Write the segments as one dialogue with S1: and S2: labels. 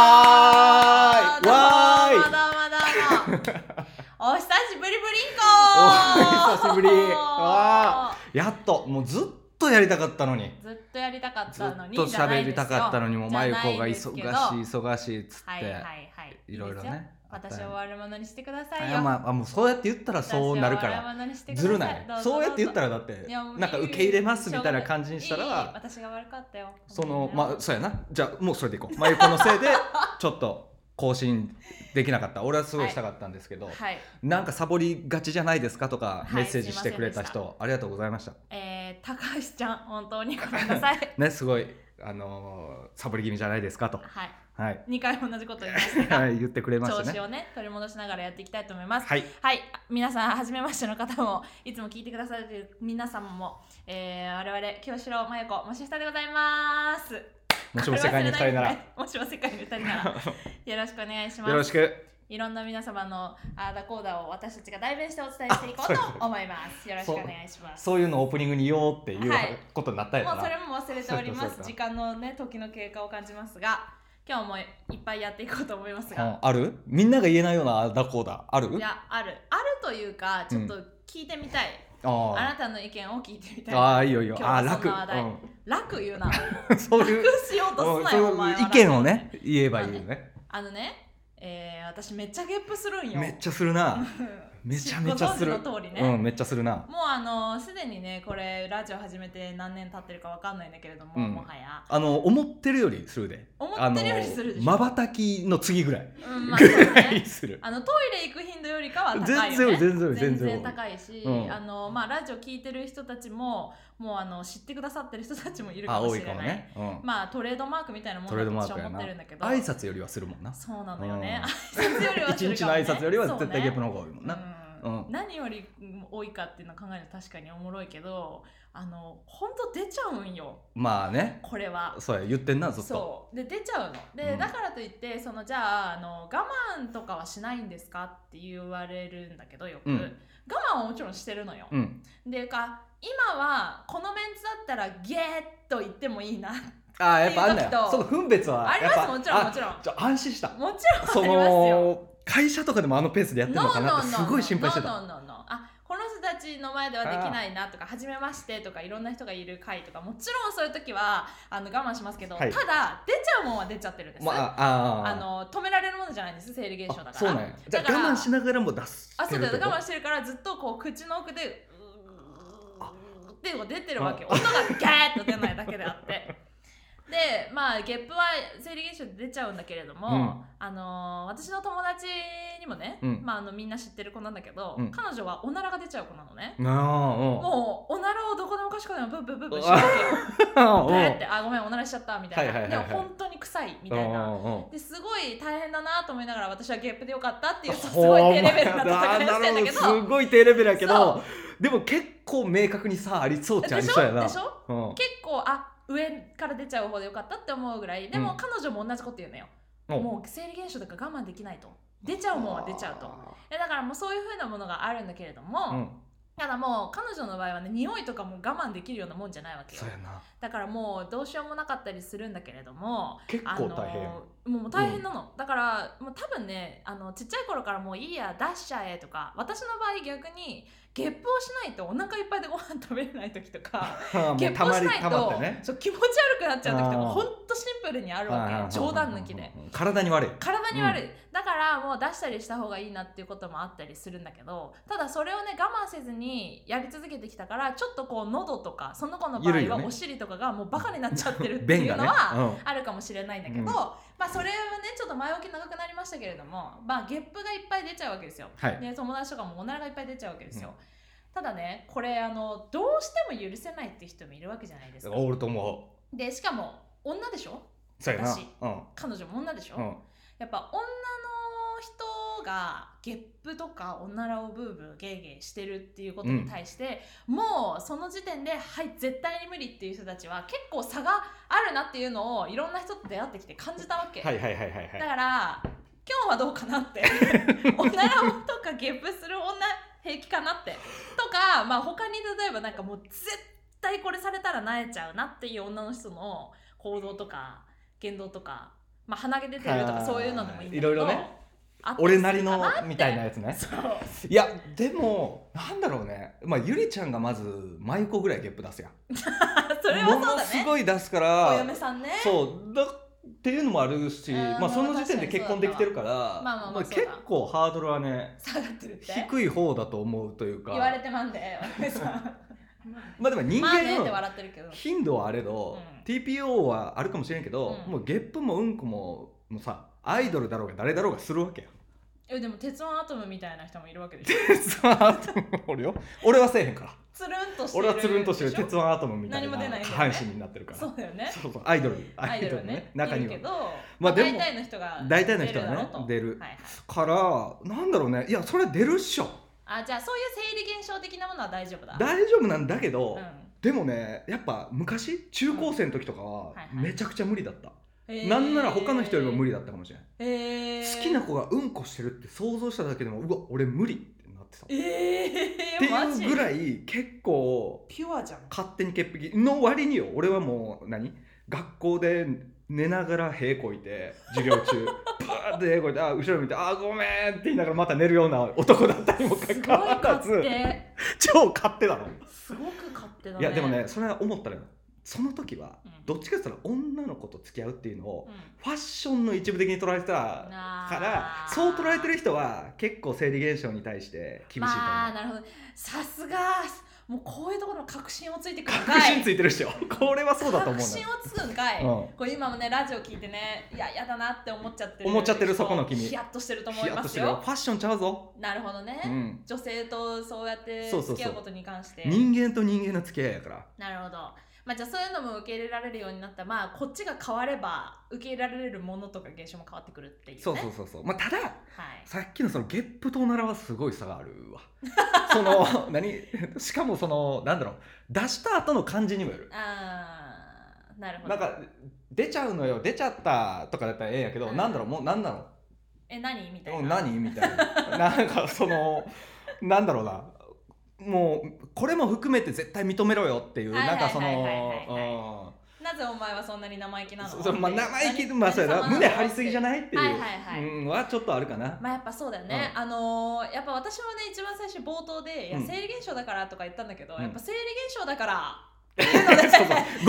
S1: どうもど
S2: わーいわーい
S1: うもどう もお久しぶりブリンコ
S2: お久しぶりわやっともうずっとやりたかったのに
S1: ずっとやりたかっ
S2: ずった
S1: のに
S2: と喋りたかったのにもう
S1: じゃ
S2: まゆ
S1: な
S2: こ
S1: い
S2: が
S1: で
S2: 忙しい
S1: すけど
S2: 忙しいっつって、
S1: はい
S2: い
S1: はいはい
S2: ろいろ
S1: ですよ
S2: ね
S1: 私を
S2: は
S1: 悪者にしてください
S2: あ
S1: よ、
S2: まああもうそうやって言ったらそうなるか
S1: 私を
S2: ら
S1: 悪者にしてくださ
S2: ずるない
S1: どぞ
S2: そうやって言った
S1: ど
S2: らだって
S1: いやもう
S2: なんか受け入れますみたいな感じ
S1: う
S2: にした
S1: いいいい
S2: ら
S1: 私が悪かったよ
S2: そ
S1: ごめん
S2: の
S1: ね
S2: まあそうやなじゃあもうそれでいこうまゆこ のせいでちょっと更新できなかった俺はすごいしたかったんですけど、
S1: はい
S2: なんかサボりがちじゃないですかとか
S1: はい
S2: メッセージしてくれた
S1: すいません
S2: 人ありがとうございました
S1: えー、高橋ちゃん本当にごめんな さい
S2: ねすごいあのーサボり気味じゃないですかと
S1: はい
S2: はい、
S1: 二回同じこと言いましたが
S2: はい、言ってくれまし
S1: 調
S2: た
S1: 子
S2: ね
S1: をね取り戻しながらやっていきたいと思います。
S2: はい
S1: はい、皆さん初めましての方もいつも聞いてくださっている皆様も、えー、我々清志郎真由子もし下でございます。
S2: もしも世界に二人なら
S1: もしも世界に二人ならよろしくお願いします。
S2: よろしく
S1: いろんな皆様のあーだこうだを私たちが代弁してお伝えしていこうと思います。よろしくお願いします。
S2: そういうのをオープニングに言おうっていう
S1: はい
S2: ことになったや
S1: も
S2: ろ
S1: う
S2: な、
S1: それも忘れておりま
S2: そう
S1: す
S2: かそう。か
S1: 時間のね時の経過を感じますが、今日もいっぱいやっていこうと思います
S2: う
S1: が。
S2: んあるみんなが言えないようなあだこうだある
S1: いやあるあるというかちょっと聞いてみたい、
S2: あ
S1: あな
S2: あ
S1: たの意見を聞いてみたい
S2: あーいいよいいよ
S1: 今日は
S2: あー楽
S1: そんな話題楽言う な
S2: うんそういう
S1: 楽しようと
S2: うん
S1: すな
S2: そう
S1: よ
S2: い
S1: お前は
S2: う意見をね言えばいいよね
S1: あのね、えー、私めっちゃゲップするんよ
S2: めっちゃするなめちゃめちゃする
S1: ご存知の通りね、
S2: うんめっちゃするな
S1: もうあのすでにねこれラジオ始めて何年経ってるかわかんないんだけれども、
S2: うん
S1: もはや
S2: あの思ってるよりするで
S1: 思ってるよりするでしょ
S2: まばたきの次ぐらい
S1: うんまあそう
S2: ぐら い
S1: ね
S2: する
S1: あのトイレ行く頻度よりかは高い
S2: 全
S1: よね
S2: 然全然
S1: 全
S2: 全
S1: 然
S2: 然
S1: 高いし、
S2: うん
S1: あのまあ、ラジオ聞いてる人たちももうあの知ってくださってる人たちもいるかもしれない
S2: ね、うん
S1: まあ、トレードマークみたいなも
S2: トレード
S1: の
S2: マ
S1: だと
S2: ーク
S1: 私は
S2: や
S1: 思
S2: な
S1: ってるんだけど
S2: 挨拶よりはするもんな
S1: そうなのよね、挨拶よりはす
S2: 一
S1: る
S2: 日
S1: か
S2: の
S1: もね
S2: 挨拶よりは絶対ゲップ
S1: そうね
S2: の方が多いもんな、
S1: うん
S2: うん
S1: 何より多いかっていうのを考えると確かにおもろいけどあの本当出ちゃうんよ
S2: まあね
S1: これは
S2: そうや言ってんなずっと
S1: そうで出ちゃうので、
S2: うん
S1: だからといってそのじゃああの我慢とかはしないんですかって言われるんだけどよく、
S2: うん
S1: 我慢はもちろんしてるのよ、
S2: うん
S1: でか今はこのメンツだったらゲーッと言ってもいいな
S2: ああやっぱあんだ
S1: っていう
S2: よ
S1: 時と
S2: その分別は
S1: あり
S2: や
S1: ま
S2: っぱ
S1: すもちろんもちろん
S2: あちょ安心した
S1: もちろ
S2: そ
S1: んありますよ
S2: の会社とかでもあのペースでやってるのかなってすごい心配してた
S1: No, no, no, no, no. あこの人たちの前ではできないなとか初めましてとかいろんな人がいる会とかもちろんそういう時はあの我慢しますけど、
S2: はい
S1: ただ出ちゃうもんは出ちゃってるんです、
S2: まああ
S1: あ
S2: ー
S1: の止められるものじゃないんです生理現象だから
S2: あそうなんやじゃ
S1: だ
S2: あ
S1: から
S2: 我慢しながらも出す
S1: あそうだよ
S2: っていうこ
S1: 我
S2: と
S1: 慢してるからずっとこう口の奥でうーってこう出てるわけ
S2: あ
S1: 音がギャーッと出ないだけであってでまあゲップは生理現象で出ちゃうんだけれども、
S2: うん
S1: あのー私の友達にもね、
S2: うん
S1: まあ、あのみんな知ってる子なんだけど、
S2: うん
S1: 彼女はおならが出ちゃう子なのね、
S2: あ
S1: もうおならをどこでもかしこでもブンブンブンブンしてるわ
S2: あ
S1: けよ
S2: うん
S1: ブーってあごめんおならしちゃったみたいな、
S2: はいはいはいはい
S1: でも本当に臭いみたいな、
S2: うんうんうん
S1: ですごい大変だなと思いながら私はゲップでよかったっていうすごい低レベルな戦いをしてんだけど
S2: ほんまやななるほどすごい低レベルやけ
S1: そ
S2: どでも結構明確にさありそうっちゃあ
S1: で
S2: り
S1: し
S2: そうや
S1: ょ
S2: な
S1: でしょ
S2: うん
S1: 結構あ上から出ちゃう方でよかったって思うぐらいでも彼女も同じこと言うのよ、
S2: うん
S1: もう生理現象だから我慢できないと出ちゃうもんは出ちゃうとえだからもうそういう風なものがあるんだけれども、
S2: うん
S1: ただもう彼女の場合はね匂いとかも我慢できるようなもんじゃないわけよ
S2: そうやな
S1: だからもうどうしようもなかったりするんだけれども
S2: 結
S1: あ
S2: 構
S1: の
S2: 大変
S1: もう大変なの、だからもう多分ねあのちっちゃい頃からもういいや出しちゃえとか私の場合逆にゲップをしないとお腹いっぱいでご飯食べれない時とか
S2: もう
S1: ゲップをしない
S2: たまりたまっ
S1: と、
S2: てね
S1: そう気持ち悪くなっちゃう時とか
S2: あー
S1: ほんとシンプルにある
S2: はいはい
S1: わ
S2: はい
S1: け冗談抜きで
S2: 体に悪い
S1: 体に悪い、だからもう出したりした方がいいなっていうこともあったりするんだけどただそれをね我慢せずにやり続けてきたからちょっとこう喉とかその子の場
S2: 緩い
S1: 合
S2: よ
S1: は
S2: ね
S1: お尻とかがもうバカになっちゃってるってい
S2: 便
S1: う
S2: が
S1: の
S2: ね
S1: は、
S2: うん
S1: あるかもしれないんだけど、
S2: うん
S1: まあそれはねちょっと前置き長くなりましたけれどもまあゲップがいっぱい出ちゃうわけですよ、
S2: はい
S1: で友達とかもおならがいっぱい出ちゃうわけですよ、ただねこれあのどうしても許せないって人もいるわけじゃないですか
S2: おると思
S1: でしかも女でしょ
S2: うそうやな
S1: 私
S2: うん
S1: 彼女も女でしょ、
S2: うん
S1: やっぱ女の人がゲップとかおならをブーブーゲーゲーしてるっていうことに対して、もうその時点ではい絶対に無理っていう人たちは結構差があるなっていうのをいろんな人と出会ってきて感じたわけ、
S2: はいはいはいはい
S1: だ
S2: はい
S1: から今日はどうかなって おならをとかゲップする女平気かなってとか、まあ、他に例えばなんかもう絶対これされたらなえちゃうなっていう女の人の行動とか言動とか、まあ、鼻毛出てると
S2: は
S1: か
S2: い
S1: そういうのでもいいんだけど
S2: いろいろね
S1: あったり
S2: 俺
S1: する
S2: なり
S1: か
S2: の
S1: って
S2: みたいなやつね
S1: そう
S2: いやでもなんだろうねまあゆりちゃんがまず舞子ぐらいゲップ出すやん
S1: それはそう
S2: もの
S1: だ
S2: す
S1: ね
S2: ごい出すか
S1: お
S2: ら
S1: 嫁さんね
S2: そうだっていうのもあるし、
S1: うん
S2: ま
S1: まあ
S2: あ、その時点で結婚できてるか
S1: 確かにそ
S2: ら
S1: うだわまあまあまあそう
S2: 結
S1: だ
S2: 構ハードルはね
S1: 下がってるって
S2: 低い方だと思うというか
S1: 言われてまんでお嫁さん
S2: まあでも人
S1: まあね
S2: 間
S1: って
S2: の
S1: 笑ってるけど
S2: 頻度はあれど、
S1: うん
S2: TPO はあるかもしれんけど、
S1: うん
S2: もうゲップもうんこももうさアイドルだろうが誰だろうがするわけよ。
S1: えでも鉄腕アトムみたいな人もいるわけでしょ
S2: そうアートもおるよ 俺はせえへんから
S1: つるんとしてる
S2: 俺はつるんとしてる
S1: でょ
S2: 鉄腕アトムみたい
S1: 何も
S2: な
S1: 出ないんだよね
S2: 下半身になってるから
S1: そうだよね
S2: そうそうアイドル
S1: アイドルはね
S2: 中に
S1: い
S2: は
S1: るけど、
S2: ま
S1: ま
S2: あ
S1: あ、
S2: で
S1: 大
S2: も
S1: 体の人が
S2: 大体の人はね出
S1: 出
S2: る
S1: るだろうとはいはい、
S2: からなんだろうねいやそれは出るっしょ
S1: あじゃあそういう生理現象的なものは大丈夫だ
S2: 大丈夫なんだけ
S1: う
S2: ど、
S1: ん
S2: でもねやっぱ昔中高生の時とかは
S1: はいはい
S2: めちゃくちゃ無理だった、
S1: へー
S2: なんなら他の人よりも無理だったかもしれない、
S1: へー
S2: 好きな子がうんこしてるって想像しただけでもうわ俺無理ってなってたっ
S1: え
S2: て
S1: ー、マジ
S2: いうぐらい結構
S1: ピュアじゃん
S2: 勝手に潔癖の割によ俺はもう何学校で寝ながら屁こいて授業 中バーって屁こいてあ後ろ見て「あごめん」って言いながらまた寝るような男だったにもか
S1: すごい
S2: かわら
S1: 勝
S2: ず
S1: 手
S2: 超勝手だろ、
S1: すごく勝手だね
S2: いやでもねそれは思ったのよその時は
S1: うん
S2: どっちかって言ったら女の子と付き合うっていうのを
S1: うん
S2: ファッションの一部的に捉えてたか
S1: なあ
S2: らそう捉えてる人は結構生理現象に対して厳しいと思う、
S1: まあなるほどさすがもうこういうところの確信をついてくるんか
S2: 確
S1: い
S2: 信ついてる人 これはそうだと
S1: 確
S2: 思うの
S1: 信
S2: よ
S1: をつくんかい、
S2: うん
S1: これ今もねラジオ聞いてねいややだなって思っちゃってる
S2: 思っちゃってるそこの君
S1: ヒヤッとしてると思
S2: ヒ
S1: い
S2: ヤッ
S1: ま
S2: とし
S1: す
S2: てるよ
S1: よ
S2: ファッションちゃうぞ
S1: なるほどね、
S2: うん、
S1: 女性とそうやって
S2: そうそうそう
S1: 付き合うことに関して
S2: 人間と人間の付き合いやから
S1: なるほどまあじゃあそういうのも受け入れられるようになったまあこっちが変われば受け入れられるものとか現象も変わってくるっていうね
S2: そうそうそうそう、まあ、ただ
S1: はい
S2: さっきのそのゲップとおならはすごい差がある わその何 しかもそのなんだろう出した後の感じにもよる
S1: あーなるほど
S2: なんか出ちゃうのよ出ちゃったとかだったらええんやけど、
S1: うん
S2: なんだろうもうなんなの
S1: え何みたい
S2: も
S1: うな
S2: 何みたいな なんかそのなんだろうなもうこれも含めて絶対認めろよっていう
S1: はい
S2: な
S1: は
S2: ん
S1: い
S2: かそ
S1: はいはいはいはい
S2: のうん
S1: なぜお前はそんなに生意気なの
S2: そそうまあ生意気まあそうやな
S1: 何
S2: 胸張りすぎじゃないっていう、
S1: はいはいはい
S2: うんはちょっとあるかな、
S1: まあやっぱそうだよね、あのーやっぱ私もね一番最初冒頭で「いや
S2: うん
S1: 生理現象だから」とか言ったんだけど、
S2: うん
S1: やっぱ生理現象だから
S2: そうそ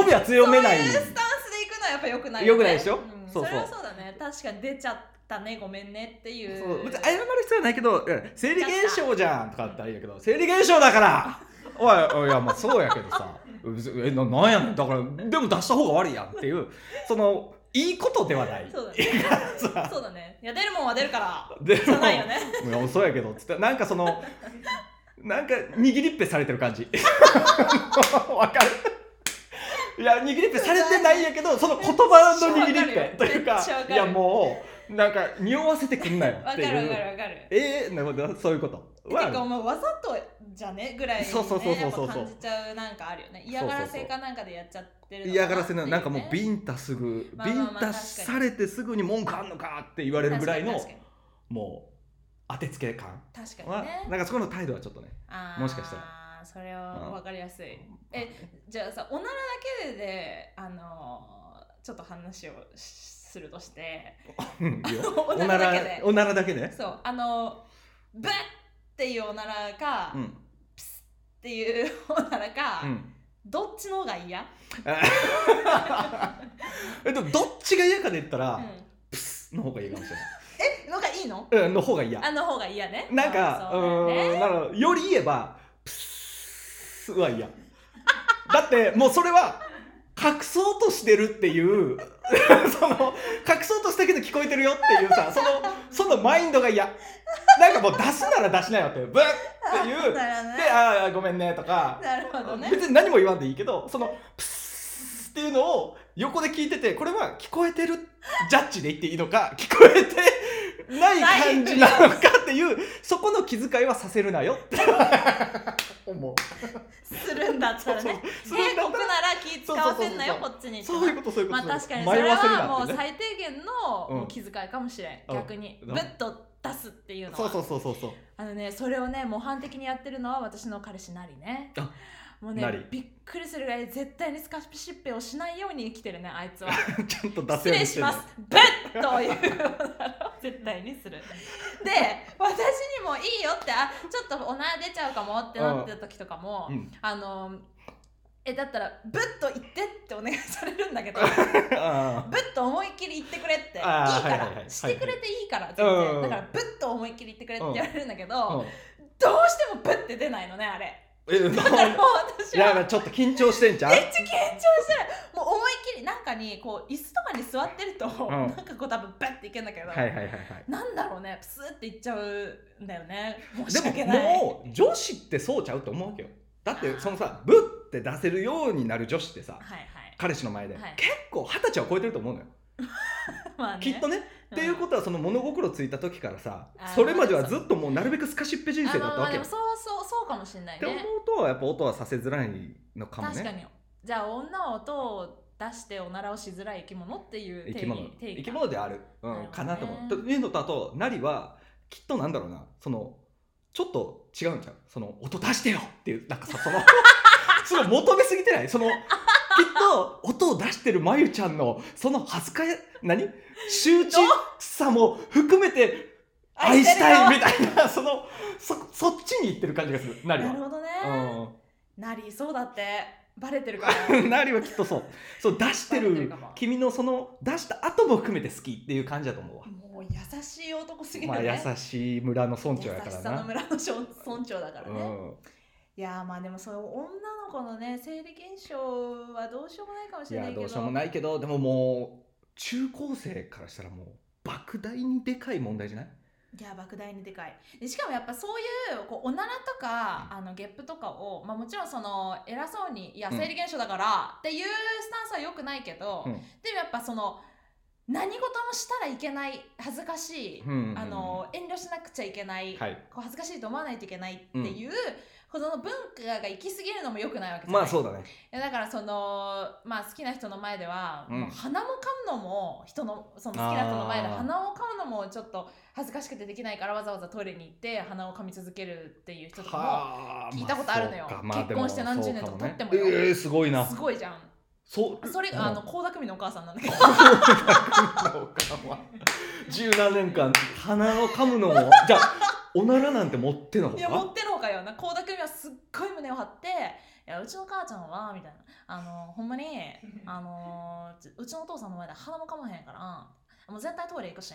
S2: う語尾は強めない
S1: そういうスタンスでいくのはやっぱ良くない
S2: 良くないでしょ
S1: うん
S2: そうそう
S1: それはそうだね確かに出ちゃったねごめんねっていう
S2: そう別に謝る必要はないけどうん生理現象じゃんとかあったらいいやけど生理現象だからおいおいいやまあそうやけどさ別にえななんやねんだからでも出した方が悪いやんっていうそのいいことではない
S1: そうだねそうだねいや出るもんは出るから
S2: で
S1: じゃないよ ね
S2: もいやそうやけどつってなんかそのなんか握りっぺされてる感じ わかるいや握りっぺされてないんやけどその言葉の握りっぺという
S1: め
S2: か
S1: っちゃわかる
S2: いやもうなんか匂わせてくんなよ
S1: わ
S2: っ
S1: か
S2: て
S1: るわか
S2: い
S1: る
S2: う
S1: わかる
S2: ええなるほどそういうこと
S1: てかお
S2: は
S1: 前わざとじゃねぐらい、ね、
S2: そうそうそうそうそ
S1: や
S2: う
S1: っぱ感じちゃうなんかあるよね嫌がらせかなんかでやっちゃってるのか
S2: 嫌がらせの
S1: ってい
S2: なんかもうビンタすぐ
S1: まあ
S2: ビ
S1: まあ
S2: ン
S1: まあ
S2: タされてすぐに文句あんのかって言われるぐらいの
S1: 確かに
S2: もう当てつけ感
S1: 確かに
S2: は
S1: ね
S2: なんかそこの態度はちょっとね
S1: あー
S2: もしかしたら
S1: それは分かりやすい、えじゃあさおならだけであのーちょっと話をしするとして
S2: うんいいよ
S1: おならだけで
S2: おならだけで
S1: そうあのーブッっていうおならか、
S2: う
S1: っ
S2: ん
S1: ていうおならか、
S2: うん
S1: どっちの方が嫌、
S2: えっとどっちが嫌かで言ったら、
S1: うん、
S2: プスの方がいいかもしれ
S1: えのがいいの
S2: ない、うん、の方が嫌
S1: あの方が嫌ね
S2: なんか
S1: そうだよ
S2: う,、
S1: ね
S2: んなるほどより言えばプスは嫌だってもうそれは隠そうとしてるっていう その隠そうとしたけど聞こえてるよっていうさそのそのマインドが嫌なんかもう出すなら出しなよってブッっていうで
S1: だよね
S2: ああごめんねとか
S1: なるほどね
S2: 別に何も言わんでいいけどそのプスっていうのを横で聞いててこれは聞こえてるジャッジで言っていいのか聞こえてない感じなのかっていうそこの気遣いはさせるな よって思う
S1: するんだったらね
S2: そうそう
S1: 警告なら気使わせんなよ
S2: そう
S1: こ
S2: そう
S1: っちに
S2: そういうことそういうこ
S1: まあ
S2: と、
S1: 確かにそ
S2: 迷
S1: れ
S2: わせるなって
S1: はもう
S2: ね
S1: 最低限
S2: うん
S1: の気遣いかもしれん、
S2: うん
S1: 逆に
S2: うん
S1: ぶっと出すっていうのは
S2: そうそうそうそうそう
S1: あのねそれをね模範的にやってるのは私の彼氏なりね
S2: あ
S1: もう
S2: なり
S1: ねびっくりするぐらい絶対にスカシッペをしないように生きてるねあいつは
S2: ちゃんと出
S1: 失
S2: せ
S1: 礼
S2: るようにし
S1: して
S2: んの
S1: ますぶっというおならを絶対に するで私にもいいよってあちょっとおなら出ちゃうかもってなってた時とかも、
S2: うん
S1: あのえだったらブッと言ってってお願いされるんだけど
S2: あ
S1: ブッと思いっきり言ってくれっていいか
S2: あーはいはいは
S1: ら
S2: い
S1: してくれていいから全
S2: はいはい
S1: 然だからブッと思いっきり言ってくれって言われるんだけ
S2: あう
S1: ど
S2: ん
S1: どうしてもブッて出ないのねあれ
S2: え な
S1: だからもう私
S2: いや
S1: は
S2: まあちょっと緊張してんじゃん
S1: めっちゃ緊張してるもう思いっきりなんかにこう椅子とかに座ってると、
S2: ん
S1: なんかこう多分バッていけんだけど、
S2: はいはいはいはい
S1: なんだろうねプスっていっちゃうんだよね申し
S2: で
S1: 訳
S2: も
S1: ない
S2: もう女子ってそうちゃうと思うわけよだってそのさブッて出せるようになる女子ってさ
S1: はい はい
S2: 彼氏の前で、
S1: はい
S2: 結構二十歳は超えてると思うのよ、
S1: まあね
S2: きっとね、っていうことはその物心ついた時からさ
S1: あー
S2: それまではずっともうなるべくスカシッペ人生だった
S1: あ
S2: わ
S1: のまあ
S2: け
S1: で
S2: よ
S1: も
S2: っ
S1: そうそうそうかもしれない
S2: て
S1: ね
S2: 思うとやっぱ音はさせづらいのかも
S1: 確か
S2: ね
S1: にじゃあ女は音を出しておならをしづらい生き物っていう定
S2: 生
S1: 義
S2: き物
S1: 定義
S2: 生き物である、う
S1: なるほど
S2: ん、
S1: ね
S2: かなと思うというのとあとなりはきっとなんだろうなそのちょっと違うんじゃんその音出してよっていうなんかさ そのその求めすぎてないそのきっと音を出してるまゆちゃんのその恥ずかし何羞恥さも含めて愛したいみたいなそのそそっちに行ってる感じがするなり
S1: なる
S2: は。
S1: ほどね、なりそうだってバレてるか
S2: う
S1: ら
S2: ん なりはきっとそうそう出して
S1: バレてる
S2: る
S1: かも
S2: 君のその出した後も含めて好きっていう感じだと思うわ。
S1: もう優しい男すぎる
S2: ま
S1: よ
S2: あ
S1: ね、
S2: 優しい村の村長やか
S1: 優し
S2: ら
S1: さの
S2: な。
S1: 村の村村長だから
S2: う
S1: ね、い
S2: ん、
S1: やーまあでもそういう女の子のね生理現象はどうしようもないかもし
S2: い
S1: れな
S2: や
S1: いけど
S2: どうしようもないけどでももう中高生からしたらもう莫大にでかい問題じゃない
S1: いや莫大にでかいでしかもやっぱそういうこうおならとかあのゲップとかを、まあ、もちろんその偉そうに「いや
S2: うん
S1: 生理現象だから」っていうスタンスは良くないけど、
S2: うん
S1: でもやっぱその何事もしたらいけない恥ずかしい、
S2: うん
S1: あの遠慮しなくちゃいけない、
S2: はい
S1: こう恥ずかしいと思わないといけないっていう、この文化が行き過ぎるのも良くないわけじゃない
S2: まあそうだね
S1: いやだからその、まあ、好きな人の前では、
S2: うん
S1: もう鼻も噛むのも人のその好きな人の前で
S2: あー
S1: 鼻を噛むのもちょっと恥ずかしくてできないからわざわざトイレに行って鼻を噛み続けるっていう人とか
S2: は
S1: 聞いたことあるのよ
S2: まあ
S1: 結婚して何十年と
S2: そう
S1: 経
S2: か
S1: っても
S2: ね
S1: よ
S2: えー、すごい
S1: も
S2: な
S1: すごいじゃん
S2: そう
S1: それ
S2: うん
S1: があの倖田來未のお母さん なんだけど
S2: 十何年間鼻を噛むのもじゃあおならなんて持ってのほ
S1: いや持
S2: か
S1: ってるほかよな倖田來未はすっごい胸を張って「いやうちの母ちゃんは」みたいな「あのほんまにあのうちのお父さんの前で鼻も噛まへんからもう絶対トイレ行くし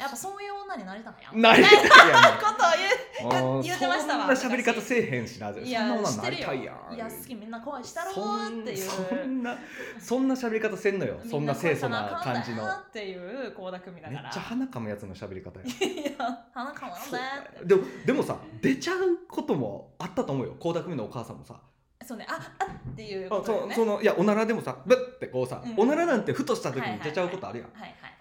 S1: やっぱそういう女になりたいやん」
S2: ない
S1: み
S2: や
S1: たいな
S2: ね
S1: ことを言う
S2: あー
S1: 言ってましたわ
S2: そんな喋り方せえへんしな。そ
S1: い
S2: んな
S1: や、
S2: もの
S1: し
S2: な
S1: て
S2: り
S1: る
S2: た
S1: よ。
S2: いやん。
S1: いや、好きみんな恋したろ
S2: そ
S1: ー
S2: ん
S1: っていう。
S2: そんなそんな喋り方せ んのよ。そんな清楚な感じの
S1: みん。な恋したらあかんだよっていう倖田來未だ
S2: めっ
S1: から。
S2: ちゃ鼻かむやつの喋り方や。
S1: いや、花かも
S2: そ
S1: んだ
S2: う
S1: よって。
S2: でもでもさ出ちゃうこともあったと思うよ。倖田來未のお母さんもさ。
S1: そうね、あ、あっていうこ
S2: あ
S1: とだよ
S2: そ
S1: ね。
S2: そのいやおならでもさブッてこうさ、
S1: うん
S2: おならなんてふとした時に出ちゃうことあるやん。
S1: はいはいはい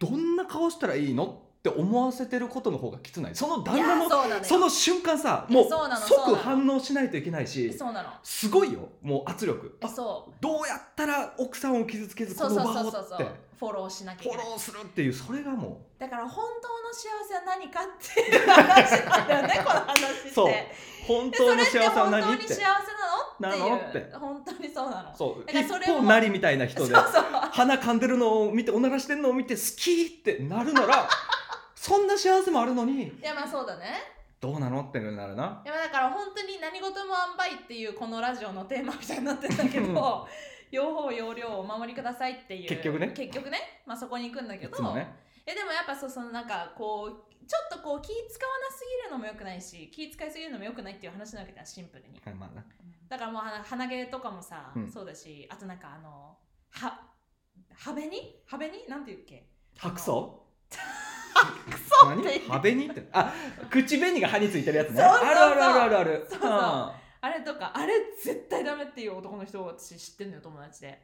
S2: どんな顔したらいいのって思わせてることの方がきつない。そ
S1: はい。
S2: の旦那
S1: いや
S2: の
S1: そうなのよ
S2: その瞬間さもう
S1: そうなのそう
S2: 即
S1: なの
S2: 反応しないといけないし。
S1: そうなの。
S2: すごいよもう圧力あ
S1: そう。
S2: どうやったら奥さんを傷つけず
S1: そ
S2: こ
S1: う
S2: の
S1: そう
S2: 場
S1: そ
S2: を
S1: う
S2: っ
S1: そうそ
S2: て
S1: う。フォローしなきゃいけ
S2: フォ
S1: な
S2: ロ
S1: い。
S2: ーするっていうそれがも
S1: だから本当の幸せは何かっていう話なんだよね、この話って。
S2: うそう本当の幸せ
S1: で
S2: は
S1: 本当
S2: 何
S1: に
S2: って
S1: 幸せなのっていう
S2: なのっ。て
S1: 本当にそうなの。
S2: そう
S1: だから
S2: 一
S1: それも
S2: 方なりみたいな人で
S1: そうそう。
S2: 鼻噛んでるのを見ておならしてるのを見て好きってなる ならそんな幸せもあるのに
S1: いやまあそうだね
S2: どうなのってなるない
S1: やまあだから本当に何事も塩梅っていうこのラジオのテーマみたいになってんだけ
S2: うん
S1: ど用法用量をお守りくださいっていう
S2: 結局ね
S1: 結局ねまあそこに行くんだけ
S2: い
S1: ど
S2: つもね
S1: えでもやっぱそうそのなんかこうちょっとこう気使わなすぎるのもよくないし気使いすぎるのもよくないっていう話なわけじゃんシンプルに
S2: はいまあな
S1: だからもう鼻鼻毛とかもさ、
S2: うん
S1: そうだしあとなんかあのははべにはべになんて言うっけ
S2: 白草
S1: クソっ
S2: 何
S1: ていう
S2: 歯紅ってあ口紅が歯についてるやつね
S1: そうそうそう
S2: あるあるあるあるある
S1: そうそう
S2: うん
S1: あれとかあれ絶対ダメっていう男の人を私知ってんのよ友達で。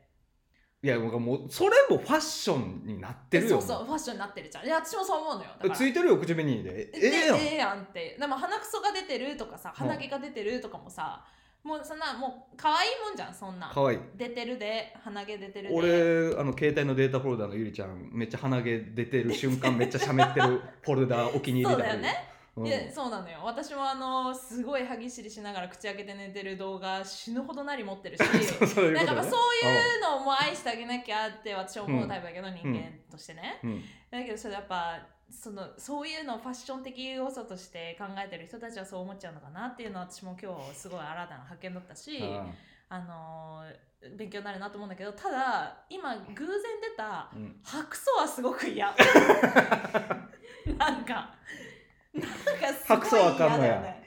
S2: いやもうそれもファッションになってるよ
S1: そうそうファッションになってるじゃんいや私もそう思うのよだから
S2: ついてるよ口紅でえ
S1: で
S2: えやん、
S1: ええやんってでも鼻くそが出てるとかさ鼻毛が出てるとかもさ、もうそんなもう可愛いもんじゃんそんな
S2: かわいい
S1: 出てるで鼻毛出てるで
S2: 俺あの携帯のデータフォルダのゆりちゃんめっちゃ鼻毛出てる瞬間めっちゃ喋ってるフォルダお気に
S1: そ
S2: 入り
S1: う
S2: だ
S1: だよね
S2: うん
S1: いやそうなのよ私もあのすごい歯ぎしりしながら口開けて寝てる動画死ぬほどなり持ってるし
S2: そういう
S1: な
S2: こ
S1: んか
S2: と
S1: やっぱそ
S2: だね
S1: ういうのも愛してあげなきゃって私は思うタイプだけど、人間としてね、
S2: うん
S1: だけどそれやっぱそのそういうのをファッション的要素として考えてる人たちはそう思っちゃうのかなっていうのは私も今日すごい新たな発見だったし、
S2: あ
S1: あのー勉強になるなと思うんだけどただ今偶然出た
S2: あうん
S1: 白素はすごく嫌なんかなんか
S2: 白
S1: す
S2: 素
S1: ごい
S2: わ
S1: 嫌
S2: かんの
S1: だ
S2: や
S1: よね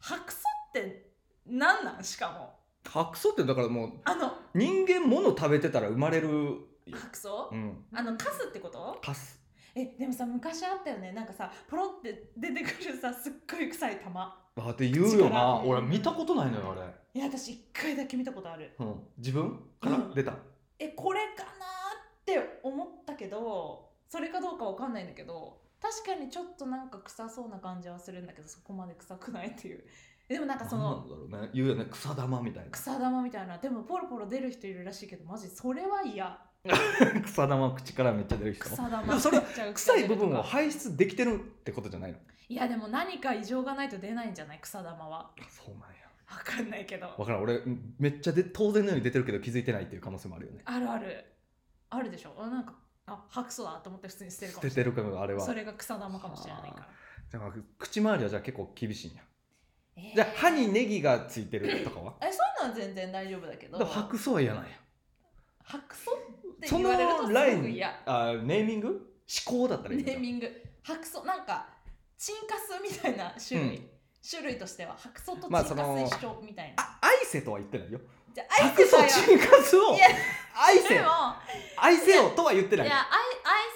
S1: 白素ってなんなんしかも
S2: 白素ってだからもう
S1: あの
S2: 人間もの食べてたら生まれる
S1: 白素、
S2: うん
S1: あのカスってこと
S2: カス
S1: えでもさ昔あったよねなんかさポロって出てくるさすっごい臭い玉
S2: あって言うよな
S1: 口から
S2: 俺見たことないのよあ
S1: いや私一回だけ見たことある
S2: れ、うん、自分から出た、
S1: えこれかなーって思ったけどそれかどうかわかんないんだけど確かにちょっとなんか臭そうな感じはするんだけどそこまで臭くないっていう えでもなんかそ
S2: 何な
S1: の
S2: んだろうね言うよね草玉みたい
S1: 草玉みたいなでもポロポロ出る人いるらしいけどマジそれは嫌
S2: な 草玉口からめっちゃ出る人
S1: 草玉
S2: でもそれ は
S1: めっちゃ
S2: 臭い部分
S1: 出
S2: を
S1: るとか
S2: 排出できてるってことじゃないの
S1: いやでも何か異常がないと出ないんじゃない草玉はわ
S2: そうなんや
S1: かんないけど
S2: 分からん俺めっちゃで当然のように出てるけど気づいてないっていう可能性もあるよね
S1: あるあるあるでしょあなんかあ白素だと思って普通に捨てるか
S2: 捨
S1: も
S2: て
S1: しれ
S2: て
S1: ない
S2: るかもあれは
S1: それが草玉かもしれないから
S2: だから口周りはじゃあ結構厳しいんや
S1: えー
S2: じゃあ歯にネギがついてるとかは
S1: えそういうのは全然大丈夫だけど
S2: だから白素は嫌なんや
S1: 白素って言われるとすごく嫌
S2: あネーミング思考だったらいいん
S1: ネ
S2: だ
S1: ー
S2: よ
S1: ミング白素なんかチンカスみたいな種類、
S2: うん
S1: 種類としては白素とチン
S2: まあ
S1: カ
S2: その
S1: ス一緒みたいな、
S2: あ愛せとは言ってないよ
S1: じゃあ愛
S2: 白
S1: せ
S2: 素
S1: よ
S2: チンカスを
S1: いや
S2: 愛
S1: で
S2: せ
S1: も
S2: 愛せよとは言ってないい
S1: や愛愛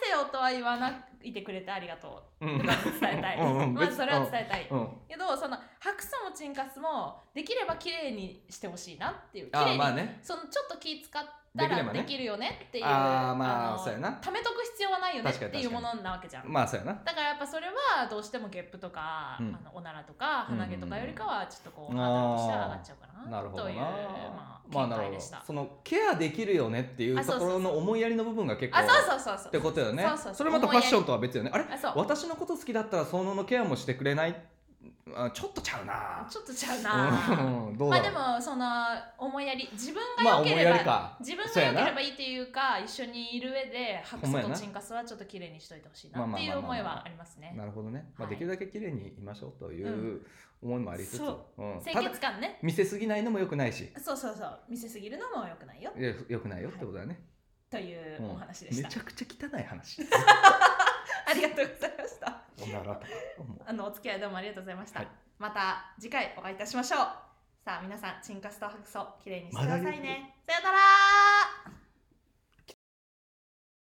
S1: せよとは言わないてくれてありがと
S2: うん
S1: うっ てまず伝えたい
S2: うんうん
S1: まずそれは伝えたい
S2: うん
S1: けどその白素もチンカスもできれば綺麗にしてほしいなっていう綺
S2: あ
S1: 麗
S2: ー
S1: に、
S2: まあね
S1: そのちょっと気使った
S2: できれ
S1: ら
S2: ばね
S1: できるよねっていう
S2: あーまあ
S1: の
S2: そうやな
S1: 貯めとく必要はないよね
S2: 確か
S1: っ
S2: に
S1: ていう
S2: 確か
S1: も
S2: に
S1: のなわけじゃん、
S2: まあそうやな
S1: だからやっぱそれはどうしてもゲップとか、
S2: うん
S1: あのおならとか鼻毛とかよりかはちょっとこう、
S2: うん
S1: ハードルとしては上がっちゃうかな
S2: なるほど
S1: と
S2: な
S1: いうまあ
S2: まあ
S1: 見
S2: なる
S1: 解
S2: ほ
S1: で
S2: ど
S1: した、
S2: そのケアできるよねっていう
S1: あ
S2: と
S1: そうそう
S2: こ
S1: そう
S2: ろの思いやりの部分が結構
S1: あそう
S2: っ
S1: そうそうそう
S2: てことよね
S1: そうそうそう
S2: それまたファッションとは別よねあれ
S1: あそう
S2: 私のこと好きだったらそののケアもしてくれないあちょっとちゃうな
S1: ちょっとちゃうな
S2: うんどう
S1: まあ
S2: だ
S1: で
S2: ろう
S1: もその思いやり自分
S2: まあ
S1: が良
S2: 思
S1: け
S2: い
S1: れば、
S2: やりか
S1: 自分
S2: そう
S1: が
S2: や
S1: 良
S2: な
S1: ければいいっていうか一緒にいる上で白
S2: ほん
S1: 素
S2: まや
S1: と
S2: な
S1: チンカスはちょっと綺麗にしといてほしい
S2: ま
S1: な
S2: あ
S1: っ
S2: まあ
S1: てい
S2: ま
S1: う
S2: あまあま
S1: 思
S2: あ
S1: いはありますね
S2: なるほどね、ま
S1: は
S2: あ、
S1: い
S2: できるだけ綺麗にいましょうというう思いもありつつ、
S1: そう
S2: うん
S1: 清
S2: ただ
S1: 潔感ね
S2: 見せすぎないのも良くないし
S1: そうそうそう見せすぎるのも良くないよ
S2: いや良くないよってことだね、
S1: という
S2: うん
S1: お話でし
S2: め
S1: た、
S2: ちゃくちゃ汚 い話
S1: ありがとうございました
S2: おならとかも
S1: あのお付き合いどうもありがとうございました、
S2: はい
S1: また次回お会いいたしましょうさあ皆さんチンカスと白素きれいにしてくださいね、さよなら